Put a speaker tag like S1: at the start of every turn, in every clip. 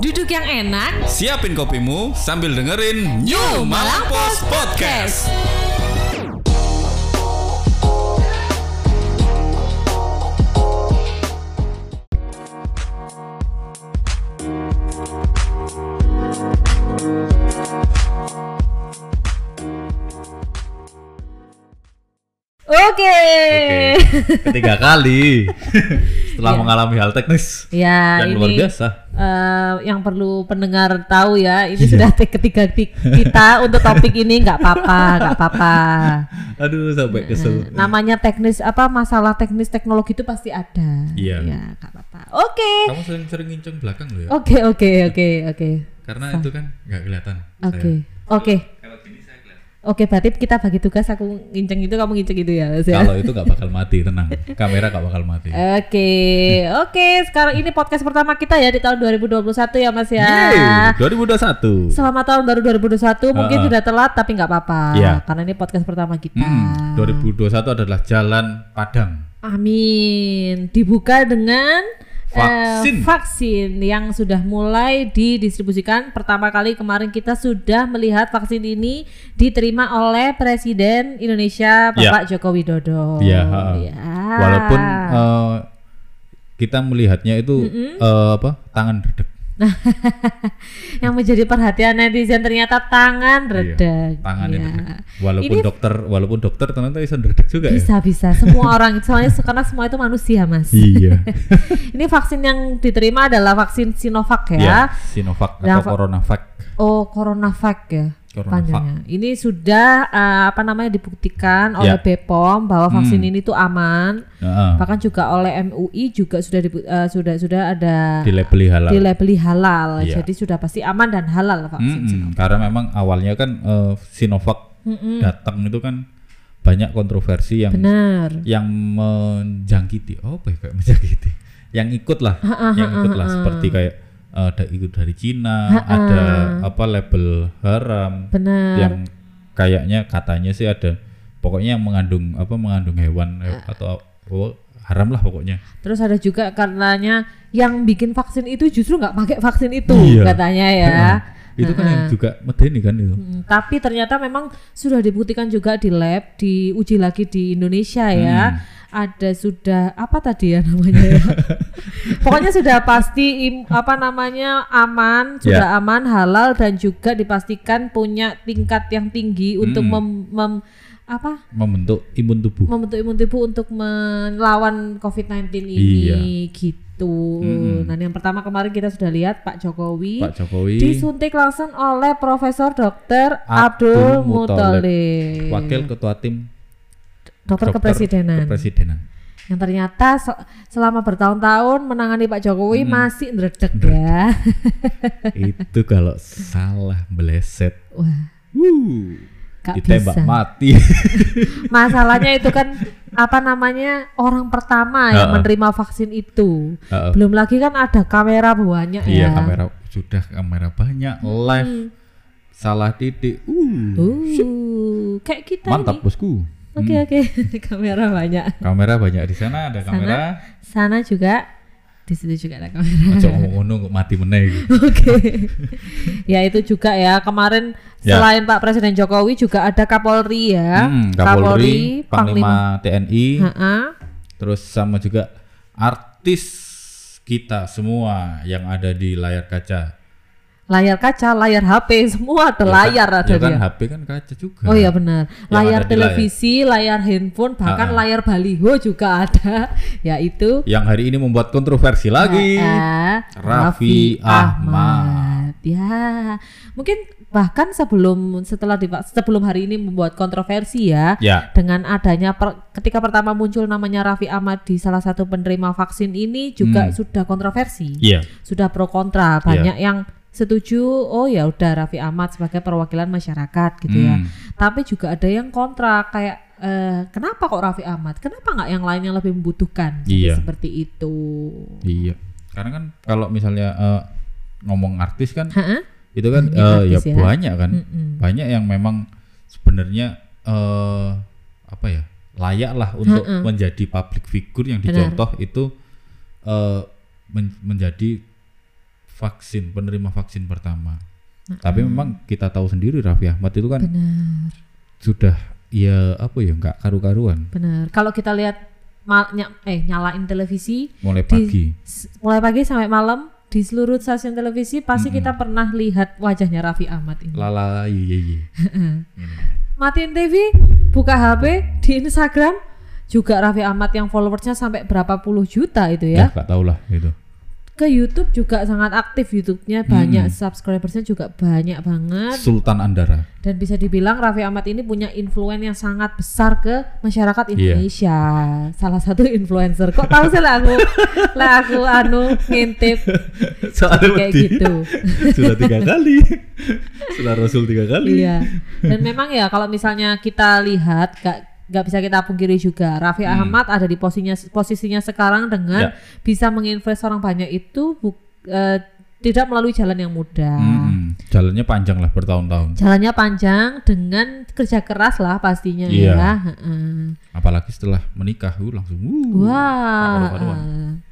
S1: Duduk yang enak.
S2: Siapin kopimu sambil dengerin New Malang Post Podcast.
S1: Oke.
S3: Ketiga kali
S2: Iya.
S3: setelah mengalami hal teknis
S2: Nah,
S1: Ya,
S3: dan
S1: ini
S3: luar biasa.
S1: eh, yang perlu pendengar tahu ya, ini
S3: Iya.
S1: sudah take ketiga ti- kita untuk topik ini nggak apa-apa, nggak apa-apa.
S3: Aduh sampai kesel.
S2: Nah.
S1: Namanya teknis apa masalah teknis teknologi itu pasti ada.
S3: Iya.
S1: Ya, nggak apa-apa. Oke.
S3: Kamu sering-sering nginceng belakang loh ya.
S2: Oh.
S1: Oke, oke, oke, oke.
S3: Karena itu kan nggak kelihatan. saya.
S1: Oke. Oke. Oke, berarti kita bagi tugas aku nginceng itu kamu nginceng itu ya. Mas ya?
S3: Kalau itu nggak bakal mati tenang. Kamera nggak bakal mati.
S2: Eh.
S1: Oke, oke. Sekarang ini podcast pertama kita ya di tahun 2021 ya Mas ya.
S3: Yeay, 2021.
S1: Selamat tahun baru 2021. Mungkin
S3: Ha-ha.
S1: sudah telat tapi nggak apa-apa.
S3: Iya.
S1: Karena ini podcast pertama kita.
S3: Hmm, 2021 adalah Jalan Padang.
S1: Amin. Dibuka dengan eh,
S3: Vaksin.
S1: vaksin yang sudah mulai didistribusikan. Pertama kali kemarin kita sudah melihat vaksin ini diterima oleh Presiden Indonesia Bapak
S2: Oh,
S1: Joko Widodo.
S3: Iya, ha-ha.
S1: Ya.
S3: Walaupun eh, kita melihatnya itu eh, apa? Tangan redek.
S1: Nah, yang menjadi perhatian netizen ternyata tangan redek.
S3: Tangan
S1: Iya.
S3: redek. Walaupun dokter, walaupun dokter ternyata bisa redek juga ya.
S1: Bisa bisa semua orang soalnya karena semua itu manusia mas.
S3: Iya.
S1: Ini vaksin yang diterima adalah vaksin Sinovac ya.
S3: Iya, Sinovac atau
S1: Yang-
S3: Coronavac.
S1: Oh Coronavac ya
S3: Coronavac.
S1: panjangnya. Ini sudah eh, apa namanya dibuktikan oleh
S3: Ya.
S1: BPOM bahwa vaksin ini tuh aman.
S3: Heeh.
S1: Bahkan juga oleh MUI juga sudah dibu- eh, sudah sudah ada
S3: dilabeli halal.
S1: dilabeli halal.
S3: Iya. Hmm.
S1: Jadi sudah pasti aman dan halal vaksin.
S3: Mm-mm, karena memang awalnya kan eh, Sinovac datang itu kan banyak kontroversi yang
S1: Benar.
S3: yang menjangkiti. Oh, apa ya kayak menjangkiti? Yang ikut lah, yang ikut lah seperti kayak eh, ada ikut dari Cina, ada apa label haram
S1: Benar.
S3: yang kayaknya katanya sih ada pokoknya yang mengandung apa mengandung hewan eh,
S1: Ah.
S3: atau oh, haram lah pokoknya.
S1: Terus ada juga karenanya yang bikin vaksin itu justru nggak pakai vaksin itu
S3: Iya.
S1: katanya ya.
S3: Itu kan yang juga medeni kan itu.
S1: Hmm, Tapi ternyata memang sudah dibuktikan juga di lab, diuji lagi di Indonesia ya. Ada sudah apa tadi ya namanya? ya? Pokoknya sudah pasti im- apa namanya aman, sudah aman, halal dan juga dipastikan punya tingkat yang tinggi untuk mem- mem- apa
S3: Membentuk imun tubuh.
S1: membentuk imun tubuh untuk melawan COVID-19
S3: Iya.
S1: ini gitu. Nah, yang pertama kemarin kita sudah lihat Pak Jokowi,
S3: Pak Jokowi
S1: disuntik langsung oleh Profesor Dr.
S3: Abdul
S1: Abdul
S3: Muthalib,
S1: Muthalib,
S3: Wakil Ketua Tim
S1: dokter kepresidenan.
S3: Kepresidenan.
S1: Yang ternyata se- selama bertahun-tahun menangani Pak Jokowi masih ngeredek ya.
S3: itu kalau salah beleset
S1: Wah,
S3: wuh,
S1: gak
S3: ditembak
S1: bisa.
S3: mati.
S1: Masalahnya itu kan apa namanya orang pertama yang
S3: Heeh.
S1: menerima vaksin itu.
S3: Heeh.
S1: Belum lagi kan ada kamera banyak
S3: Iya
S1: ya. Hmm.
S3: kamera sudah kamera banyak live salah titik. Uh,
S1: Uh, kayak kita
S3: mantap Hmm.
S1: ini.
S3: bosku.
S1: Oke oke, kamera banyak.
S3: Kamera banyak di sana ada kamera.
S1: Sana juga, di situ juga ada kamera.
S3: Ojo ngomong ngono kok mati meneh. iki.
S1: Oke. ya itu juga ya kemarin
S3: Ya.
S1: selain Pak Presiden Jokowi juga ada Kapolri ya.
S3: Hmm, Kapolri, Panglima TNI,
S1: Heeh.
S3: terus sama juga artis kita semua yang ada di layar kaca.
S1: Layar kaca, layar HP, semua ada layar ada
S3: Ya kan
S1: dia.
S3: HP kan kaca juga.
S1: Oh iya benar.
S3: Yang
S1: Layar
S3: ada di
S1: televisi, layar. handphone, bahkan layar baliho juga ada. Ya, Yaitu
S3: Yang hari ini membuat kontroversi
S1: Nah,
S3: lagi.
S1: Ah,
S3: Raffi Ahmad.
S1: Ya, mungkin bahkan sebelum setelah divak- sebelum hari ini membuat kontroversi ya
S3: Ya.
S1: dengan adanya per- ketika pertama muncul namanya Raffi Ahmad di salah satu penerima vaksin ini
S3: Hmm.
S1: juga sudah kontroversi.
S3: Iya.
S1: Sudah pro kontra, banyak
S3: Ya.
S1: yang setuju, oh ya udah Raffi Ahmad sebagai perwakilan masyarakat gitu ya.
S3: Hmm.
S1: Tapi juga ada yang kontra kayak eh, kenapa kok Raffi Ahmad? Kenapa nggak yang lain yang lebih membutuhkan? Jadi
S3: Iya.
S1: Seperti itu.
S3: Iya. Karena kan kalau misalnya eh, ngomong artis kan
S1: Hah?
S3: itu kan
S1: Banyak
S3: eh, ya,
S1: artis ya.
S3: banyak kan.
S1: Mm-mm.
S3: Banyak yang memang sebenarnya eh apa ya? layak lah untuk menjadi public figure yang dicontoh itu eh men- menjadi vaksin penerima vaksin pertama. Tapi memang kita tahu sendiri Raffi Ahmad itu kan
S1: benar
S3: sudah ya apa ya nggak karu-karuan
S1: benar kalau kita lihat ma- ny- eh nyalain televisi
S3: mulai
S1: Di-
S3: pagi.
S1: s- mulai pagi sampai malam di seluruh stasiun televisi pasti kita pernah lihat wajahnya Raffi Ahmad ini
S3: Lala ye ye ye.
S1: matiin TV buka HP di Instagram juga Raffi Ahmad yang followersnya sampai berapa puluh juta itu ya
S3: Ya nggak tahu lah gitu.
S1: ke YouTube juga sangat aktif YouTube-nya banyak subscribersnya juga banyak banget
S3: Sultan Andara.
S1: dan bisa dibilang Raffi Ahmad ini punya influen yang sangat besar ke
S3: Iya.
S1: masyarakat Indonesia. Salah satu influencer. Kok tahu sih lah aku, lah aku anu ngintip
S3: Soalnya
S1: kayak
S3: wedi.
S1: gitu.
S3: Sudah tiga kali. Sudah Rasul tiga kali.
S1: iya. Dan memang ya kalau misalnya kita lihat gak nggak bisa kita pungkiri juga Raffi Ahmad ada di posisinya posisinya sekarang dengan
S3: Hmm. Ya.
S1: bisa menginvest orang banyak itu bu- eh, tidak melalui jalan yang mudah.
S3: Mm-mm. Jalannya panjang lah bertahun-tahun.
S1: Jalannya panjang dengan kerja keras lah pastinya
S3: Iya.
S1: ya. Heeh.
S3: Apalagi setelah menikah, uh, langsung wuh,
S1: Wah.
S3: karu-karuan.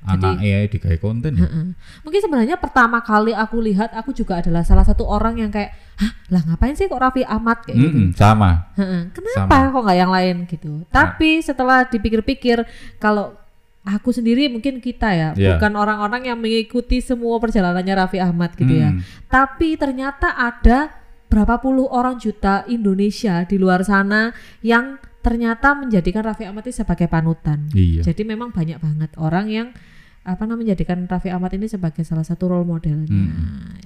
S1: eh,
S3: Anaknya ya digawe konten ya.
S1: eh. Mungkin sebenarnya pertama kali aku lihat aku juga adalah salah satu orang yang kayak, "Hah, lah ngapain sih kok Raffi Ahmad kayak gitu?"
S3: Mm-mm, Hmm. sama. Nah.
S1: Heeh. Kenapa kok nggak yang lain gitu? Tapi setelah dipikir-pikir kalau aku sendiri mungkin kita ya,
S3: Iya.
S1: bukan orang-orang yang mengikuti semua perjalanannya Raffi Ahmad gitu ya.
S3: Hmm.
S1: Tapi ternyata ada berapa puluh orang juta Indonesia di luar sana yang ternyata menjadikan Raffi Ahmad ini sebagai panutan.
S3: Iya.
S1: Jadi memang banyak banget orang yang apa namanya menjadikan Raffi Ahmad ini sebagai salah satu role modelnya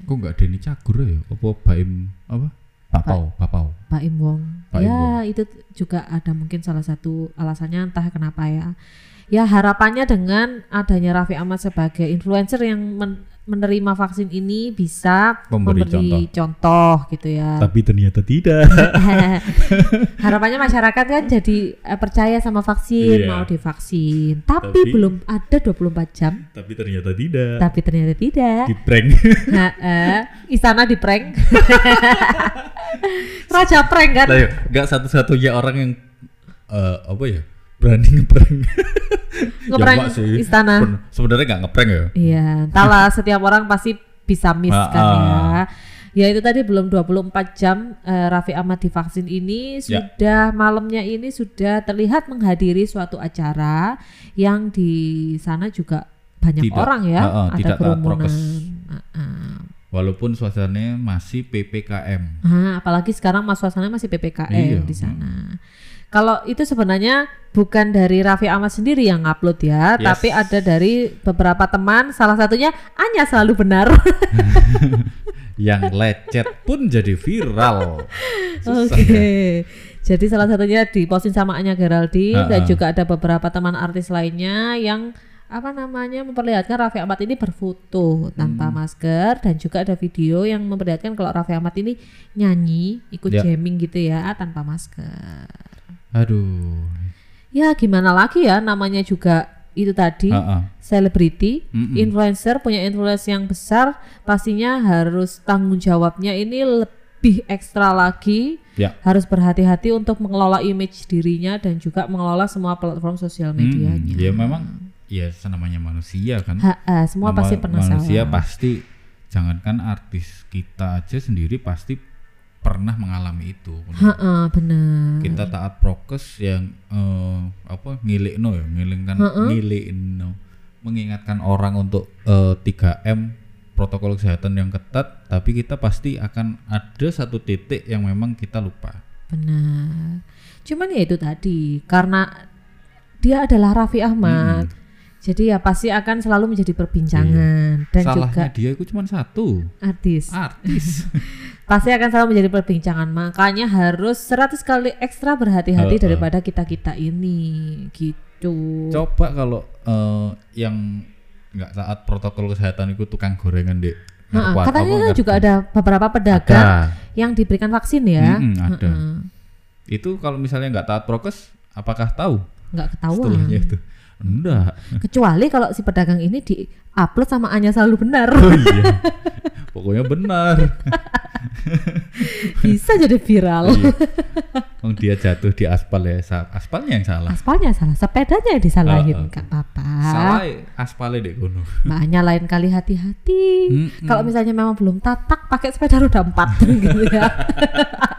S3: Kok nggak Deni Cagur ya? Apa Baim apa? Papau, Papau.
S1: Pak Im Wong.
S3: Pak Im
S1: ya itu t- juga ada mungkin salah satu alasannya entah kenapa ya. Ya harapannya dengan adanya Raffi Ahmad sebagai influencer yang men- menerima vaksin ini bisa
S3: Memberi
S1: contoh. gitu ya.
S3: Tapi ternyata tidak.
S1: Harapannya masyarakat kan jadi eh, percaya sama vaksin,
S3: Iya.
S1: mau divaksin. Tapi,
S3: Tapi-
S1: belum ada 24 jam,
S3: Tapi ternyata tidak.
S1: tapi ternyata tidak.
S3: Di prank.
S1: Nah, eh, istana di prank. Raja prank kan.
S3: lah ya, nggak satu-satunya orang yang eh, apa ya? Berani ngeprank.
S1: Ngeprank
S3: nggak
S1: istana.
S3: Pen- Sebenarnya nggak ngeprank ya.
S1: Iya, entahlah setiap orang pasti bisa miss
S3: Ah,
S1: kan
S3: ah.
S1: ya. Ya itu tadi belum 24 jam eh, Raffi Ahmad divaksin ini
S3: Ya.
S1: sudah malamnya ini sudah terlihat menghadiri suatu acara yang di sana juga banyak
S3: Tidak,
S1: orang ya,
S3: ah, ah,
S1: ada
S3: tidak taat
S1: kerumunan.
S3: prokes.
S1: Ah, ah.
S3: Walaupun suasananya masih PPKM.
S1: Ah, apalagi sekarang mas suasananya masih PPKM
S3: Iya.
S1: di sana. Kalau itu sebenarnya bukan dari Raffi Ahmad sendiri yang upload ya,
S3: Yes.
S1: tapi ada dari beberapa teman. Salah satunya Anya selalu benar.
S3: Yang lecet pun jadi viral.
S1: Oke.
S3: Susah ya.
S1: Jadi salah satunya diposting sama Anya Geraldine
S3: Ha-ha.
S1: dan juga ada beberapa teman artis lainnya yang apa namanya memperlihatkan Raffi Ahmad ini berfoto tanpa
S3: Hmm.
S1: masker dan juga ada video yang memperlihatkan kalau Raffi Ahmad ini nyanyi ikut
S3: Ya.
S1: jamming gitu ya tanpa masker.
S3: Aduh.
S1: Ya gimana lagi ya namanya juga itu tadi
S3: Heeh.
S1: selebriti,
S3: Mm-mm.
S1: influencer punya influence yang besar, pastinya harus tanggung jawabnya ini lebih ekstra lagi.
S3: Ya.
S1: Harus berhati-hati untuk mengelola image dirinya dan juga mengelola semua platform sosial
S3: Hmm,
S1: medianya.
S3: ya memang ya namanya manusia kan.
S1: Ha, eh, semua
S3: Nama-
S1: pasti pernah
S3: manusia
S1: salah.
S3: pasti jangankan artis kita aja sendiri pasti pernah mengalami itu.
S1: Heeh, benar.
S3: Kita taat prokes yang eh, apa ngilikno ya, ngilingkan ngilikno. mengingatkan orang untuk eh, 3M protokol kesehatan yang ketat, tapi kita pasti akan ada satu titik yang memang kita lupa.
S1: Benar. Cuman ya itu tadi karena dia adalah Raffi Ahmad.
S3: Hmm.
S1: Jadi ya pasti akan selalu menjadi perbincangan dan juga
S3: Salahnya dia itu cuma satu,
S1: artis.
S3: artis.
S1: pasti akan selalu menjadi perbincangan makanya harus 100 kali ekstra berhati-hati
S3: Heeh.
S1: daripada kita-kita ini gitu
S3: Coba kalau eh, yang nggak taat protokol kesehatan itu tukang gorengan dek.
S1: Heeh,
S3: Ngerwat,
S1: katanya
S3: apa, ngerti.
S1: juga ada beberapa pedagang
S3: Ada.
S1: yang diberikan vaksin ya
S3: Mm-mm, Hmm, ada.
S1: Heeh.
S3: Itu kalau misalnya nggak taat prokes, apakah tahu
S1: nggak ketahuan
S3: Oh, setelahnya itu? Enggak.
S1: kecuali kalau si pedagang ini di upload sama Anya selalu benar
S3: Oh iya. Pokoknya benar.
S1: bisa jadi viral
S3: Oh, Iya. Wong dia jatuh di aspal ya, sa- aspalnya yang salah.
S1: Aspalnya salah, sepedanya yang disalahin,
S3: Oh, oh.
S1: nggak apa-apa.
S3: Salah aspalnya deh kono.
S1: Makanya lain kali hati-hati. Kalau misalnya memang belum tatak, pakai sepeda roda empat gitu ya.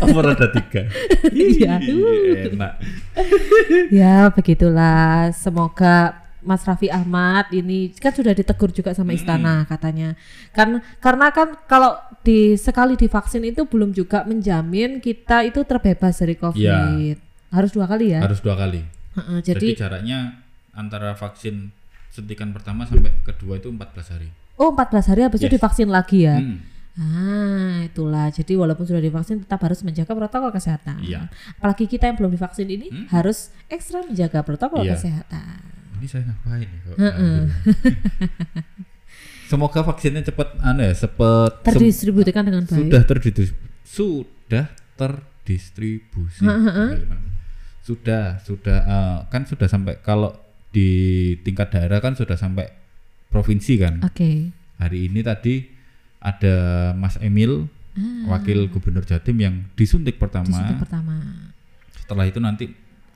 S3: Apa roda tiga?
S1: Iya.
S3: Iya, Enak.
S1: ya begitulah. Semoga Mas Raffi Ahmad ini kan sudah ditegur juga sama istana katanya. Kan karena kan kalau di sekali divaksin itu belum juga menjamin kita itu terbebas dari COVID. Harus dua kali ya.
S3: Iya. Harus dua kali.
S1: Heeh,
S3: Jadi,
S1: jadi,
S3: jaraknya antara vaksin suntikan pertama sampai kedua itu 14 hari.
S1: oh 14 hari habis itu
S3: Yes.
S1: divaksin lagi ya.
S3: Hmm.
S1: Ah, itulah. Jadi walaupun sudah divaksin tetap harus menjaga protokol kesehatan.
S3: Iya. Mm.
S1: Apalagi kita yang belum divaksin ini harus ekstra menjaga protokol
S3: Iya.
S1: kesehatan.
S3: Ini saya ngapain ya kok? Semoga vaksinnya cepat anu ya, cepet sem-
S1: Terdistribusikan dengan baik.
S3: sudah terdistribusi sudah terdistribusi sudah sudah eh, kan sudah sampai kalau di tingkat daerah kan sudah sampai provinsi kan
S1: Oke.
S3: hari ini tadi ada Mas Emil wakil gubernur Jatim yang disuntik pertama
S1: Ah. Disuntik pertama.
S3: setelah itu nanti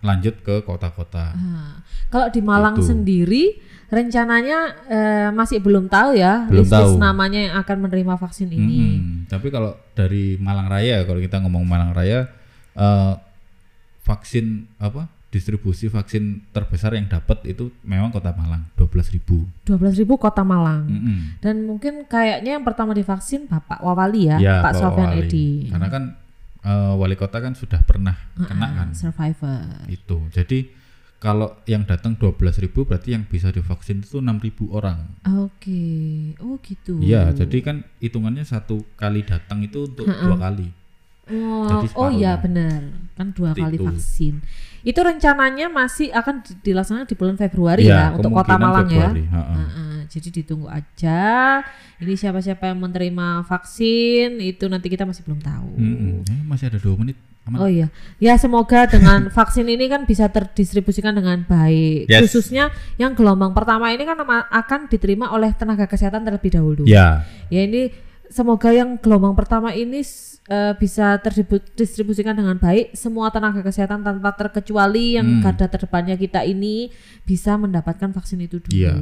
S3: lanjut ke kota-kota
S1: Ah. Kalau di Malang
S3: Itu.
S1: sendiri rencananya eh, masih belum tahu ya
S3: Belum
S1: list
S3: tahu. Hmm.
S1: namanya yang akan menerima vaksin ini.
S3: Mm-mm. tapi kalau dari Malang Raya kalau kita ngomong Malang Raya eh, vaksin apa distribusi vaksin terbesar yang dapat itu memang kota Malang 12.000 ribu
S1: 12.000 Kota Malang.
S3: Hmm.
S1: Dan mungkin kayaknya yang pertama divaksin Bapak Wawali ya,
S3: Iya,
S1: Pak Sofian Edi.
S3: karena kan eh, wali kota kan sudah pernah kena kan
S1: Ah, survivor.
S3: itu jadi kalau yang datang 12.000 berarti yang bisa divaksin itu 6.000 orang
S1: Oke, oh gitu.
S3: Iya, jadi kan hitungannya satu kali datang itu untuk dua kali.
S1: Oh,
S3: jadi
S1: oh
S3: separuh.
S1: iya benar, kan dua
S3: Seperti
S1: kali
S3: itu.
S1: vaksin. Itu rencananya masih akan di- dilaksanakan di bulan Februari ya untuk Kota
S3: Iya, kemungkinan
S1: Malang
S3: Februari,
S1: ya.
S3: ha-ha.
S1: Heeh, jadi ditunggu aja. Ini siapa-siapa yang menerima vaksin itu nanti kita masih belum tahu.
S3: Mm-mm. Eh, masih ada dua menit. Aman.
S1: Oh iya, ya semoga dengan vaksin ini kan bisa terdistribusikan dengan baik.
S3: Yes.
S1: Khususnya yang gelombang pertama ini kan ama- akan diterima oleh tenaga kesehatan terlebih dahulu.
S3: Ya,
S1: Ya ini semoga yang gelombang pertama ini s- eh, bisa terdistribusikan dengan baik. Semua tenaga kesehatan tanpa terkecuali
S3: Hmm.
S1: yang garda terdepannya kita ini bisa mendapatkan vaksin itu dulu.
S3: Iya.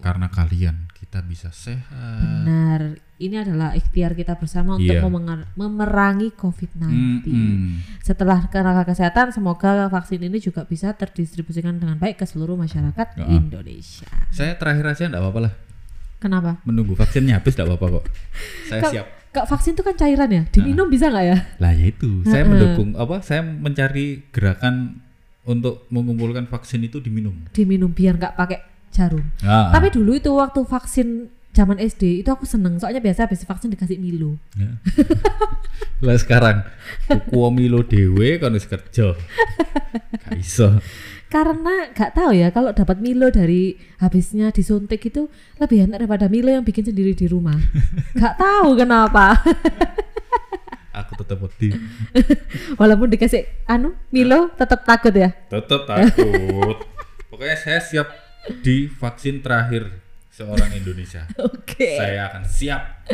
S3: karena kalian kita bisa sehat.
S1: Benar. Ini adalah ikhtiar kita bersama untuk
S3: Iya.
S1: memengar- memerangi COVID-19.
S3: Mm-mm.
S1: Setelah tenaga kesehatan, semoga vaksin ini juga bisa terdistribusikan dengan baik ke seluruh masyarakat
S3: Ya.
S1: Indonesia.
S3: Saya terakhir aja enggak apa-apa lah.
S1: Kenapa?
S3: Menunggu vaksinnya habis enggak apa-apa kok. Saya
S1: Kak-
S3: Eh, siap. Nah.
S1: Kak, vaksin itu kan cairan ya, diminum bisa nggak ya?
S3: Lah ya itu, saya mendukung apa? Saya mencari gerakan untuk mengumpulkan vaksin itu diminum.
S1: Diminum biar nggak pakai jarum.
S3: Ah,
S1: Tapi dulu itu waktu vaksin zaman SD itu aku seneng soalnya biasa habis vaksin dikasih Milo.
S3: Ya. lah sekarang kuku milo dewe kan wis kerja. Gak iso.
S1: Karena nggak tahu ya kalau dapat Milo dari habisnya disuntik itu lebih enak daripada Milo yang bikin sendiri di rumah. Nggak tahu kenapa.
S3: Aku tetap wedi.
S1: Walaupun dikasih anu Milo tetap takut ya.
S3: Tetap takut. Pokoknya saya siap di vaksin terakhir seorang Indonesia.
S1: Oke.
S3: saya akan siap.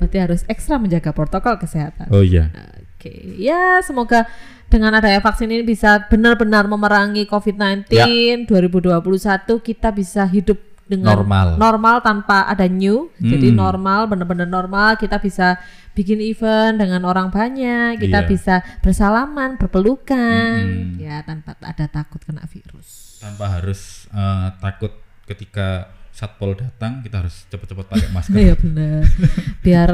S1: Berarti harus ekstra menjaga protokol kesehatan.
S3: Oh iya.
S1: Oke. Ya, semoga dengan adanya vaksin ini bisa benar-benar memerangi COVID-19 2021 kita bisa hidup dengan
S3: Ya. Normal.
S1: normal tanpa ada new. Jadi
S3: Mm.
S1: normal, benar-benar normal, kita bisa bikin event dengan orang banyak, kita
S3: Iya. Hmm.
S1: bisa bersalaman, berpelukan,
S3: Mm-mm.
S1: ya tanpa ada takut kena virus.
S3: Tanpa harus eh, takut ketika satpol datang kita harus cepat-cepat pakai masker.
S1: Iya benar. Biar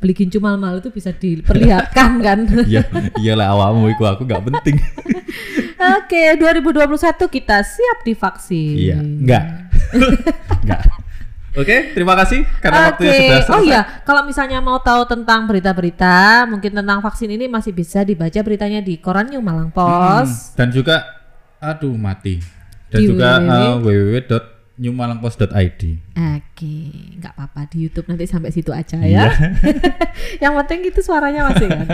S1: beli gincu mal-mal itu bisa diperlihatkan kan.
S3: Iya, iyalah awakmu iku aku gak penting.
S1: Oke, 2021 kita siap divaksin.
S3: Iya, enggak. enggak. Oke, terima kasih karena
S1: Oke,
S3: waktunya sudah
S1: oh
S3: selesai.
S1: iya, kalau misalnya mau tahu tentang berita-berita, mungkin tentang vaksin ini masih bisa dibaca beritanya di koran New Malang Pos.
S3: Dan juga aduh mati. Dan
S1: Di
S3: juga eh, www.newmalangpost.id.
S1: Oke, nggak apa-apa di YouTube nanti sampai situ aja ya.
S3: Iya.
S1: Yang penting itu suaranya masih kan.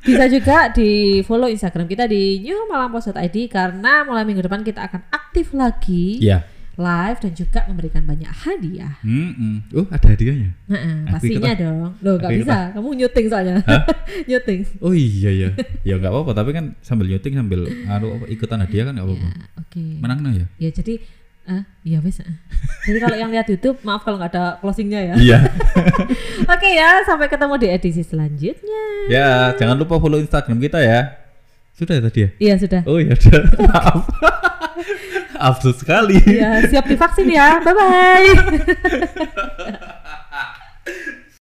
S1: Bisa juga di follow Instagram kita di newmalangpos.id karena mulai minggu depan kita akan aktif lagi.
S3: Iya.
S1: live dan juga memberikan banyak hadiah.
S3: Mm-mm. Oh ada hadiahnya.
S1: Nah, eh,
S3: Aku
S1: pastinya
S3: ikut
S1: dong. Loh, nggak
S3: Aku ikut
S1: bisa. Kamu nyuting soalnya.
S3: Hah?
S1: nyuting.
S3: Oh iya ya. ya nggak apa-apa tapi kan sambil nyuting sambil anu apa, ikutan hadiah kan nggak apa-apa.
S1: Ya, oke.
S3: Menang nah ya.
S1: Ya jadi ah, ya wes. ah. Jadi kalau yang lihat YouTube, maaf kalau nggak ada closingnya ya.
S3: Iya.
S1: Oke ya, sampai ketemu di edisi selanjutnya.
S3: ya jangan lupa follow Instagram kita ya. Sudah ya tadi ya.
S1: Iya sudah.
S3: Oh ya udah. Maaf. Absurd sekali.
S1: Iya siap divaksin ya. Bye bye.